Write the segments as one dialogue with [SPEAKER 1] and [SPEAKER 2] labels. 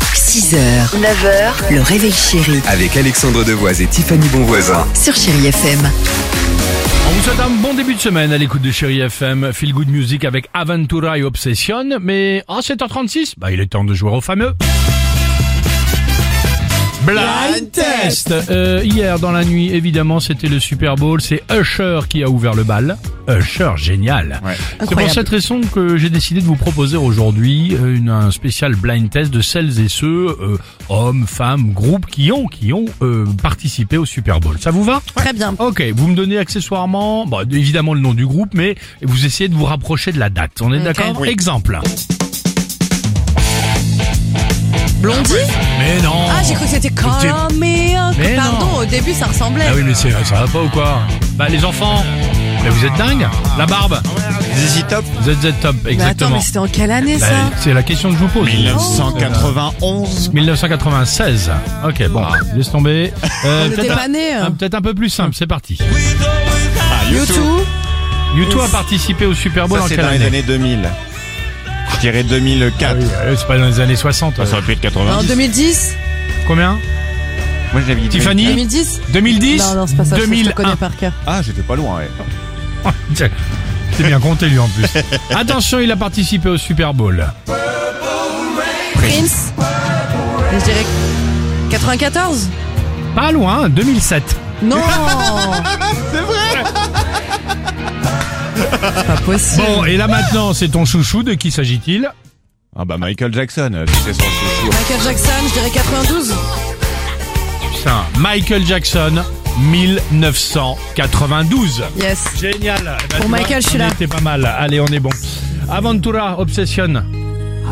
[SPEAKER 1] 6h, 9h, le réveil chéri
[SPEAKER 2] Avec Alexandre Devoise et Tiffany Bonvoisin.
[SPEAKER 1] sur Chéri FM.
[SPEAKER 3] On vous souhaite un bon début de semaine à l'écoute de Chéri FM, Feel Good Music avec Aventura et Obsession, mais en 7h36, bah, il est temps de jouer au fameux... Blind Test Euh, Hier dans la nuit, évidemment, c'était le Super Bowl, c'est Usher qui a ouvert le bal. Usher, génial C'est pour
[SPEAKER 1] Incroyable.
[SPEAKER 3] cette raison que j'ai décidé de vous proposer aujourd'hui euh, une, un spécial blind test de celles et ceux, euh, hommes, femmes, groupes, qui ont, qui ont euh, participé au Super Bowl. Ça vous va
[SPEAKER 1] Très bien.
[SPEAKER 3] Ok, vous me donnez accessoirement, bon, évidemment le nom du groupe, mais vous essayez de vous rapprocher de la date. On est d'accord Exemple.
[SPEAKER 4] Blondie
[SPEAKER 3] Mais non
[SPEAKER 4] Ah, j'ai cru que c'était Call Me up.
[SPEAKER 3] Mais non.
[SPEAKER 4] Pardon, au début ça ressemblait.
[SPEAKER 3] Ah oui, mais c'est, ça va pas ou quoi Bah les enfants, mais vous êtes dingues La barbe
[SPEAKER 5] ZZ Top
[SPEAKER 3] ZZ Top,
[SPEAKER 4] Mais Bah, attends,
[SPEAKER 3] exactement.
[SPEAKER 4] mais c'était en quelle année
[SPEAKER 3] Bah,
[SPEAKER 4] ça
[SPEAKER 3] c'est la question que je vous pose.
[SPEAKER 5] 1991
[SPEAKER 3] 1996. Ok, bon, laisse tomber. Euh,
[SPEAKER 4] On était
[SPEAKER 3] peut-être,
[SPEAKER 4] pas
[SPEAKER 3] un,
[SPEAKER 4] nés, hein.
[SPEAKER 3] un- peut-être un peu plus simple, c'est parti.
[SPEAKER 5] ah,
[SPEAKER 4] YouTube
[SPEAKER 3] YouTube a participé au Super Bowl
[SPEAKER 5] Ça
[SPEAKER 3] en
[SPEAKER 5] c'est
[SPEAKER 3] quelle
[SPEAKER 5] dans les
[SPEAKER 3] année
[SPEAKER 5] années 2000 Je dirais 2004
[SPEAKER 3] Oui, euh, C'est pas dans les années 60. euh.
[SPEAKER 5] aurait pu être
[SPEAKER 4] En 2010
[SPEAKER 3] Combien
[SPEAKER 5] Moi je l'avais dit
[SPEAKER 3] Tiffany
[SPEAKER 4] 2010
[SPEAKER 3] 2010
[SPEAKER 4] Non, non, c'est pas ça, je- je te
[SPEAKER 3] 2001.
[SPEAKER 4] connais par cœur.
[SPEAKER 5] 2000. Ah j'étais pas loin ouais.
[SPEAKER 3] Tiens, C'est bien compté lui en plus. Attention, il a participé au Super Bowl.
[SPEAKER 4] Prince Je dirais 94
[SPEAKER 3] Pas loin, 2007.
[SPEAKER 4] Non C'est vrai Pas possible.
[SPEAKER 3] Bon, et là maintenant, c'est ton chouchou, de qui s'agit-il
[SPEAKER 5] Ah bah Michael Jackson euh, c'est son chouchou
[SPEAKER 4] Michael Jackson, je dirais 92
[SPEAKER 3] Putain, Michael Jackson, 1992.
[SPEAKER 4] Yes.
[SPEAKER 3] Génial Eh ben,
[SPEAKER 4] Pour
[SPEAKER 3] tu
[SPEAKER 4] Michael,
[SPEAKER 3] vois,
[SPEAKER 4] je suis
[SPEAKER 3] on
[SPEAKER 4] là.
[SPEAKER 3] était pas mal, allez, on est bon. Aventura, Obsession.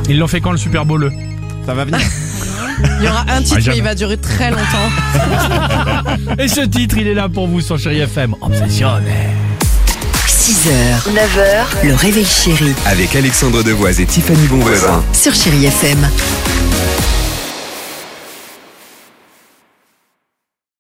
[SPEAKER 3] Ils l'ont fait quand le Super Bowl eux
[SPEAKER 5] Ça va venir
[SPEAKER 4] Il y aura un titre,
[SPEAKER 3] jamais.
[SPEAKER 4] mais il va durer très longtemps.
[SPEAKER 3] Et ce titre, il est là pour vous sur Chéri FM. Obsession.
[SPEAKER 1] 6h, 9h, le réveil chéri
[SPEAKER 2] Avec Alexandre Devoise et Tiffany Bonvoisin.
[SPEAKER 1] sur Chéri FM.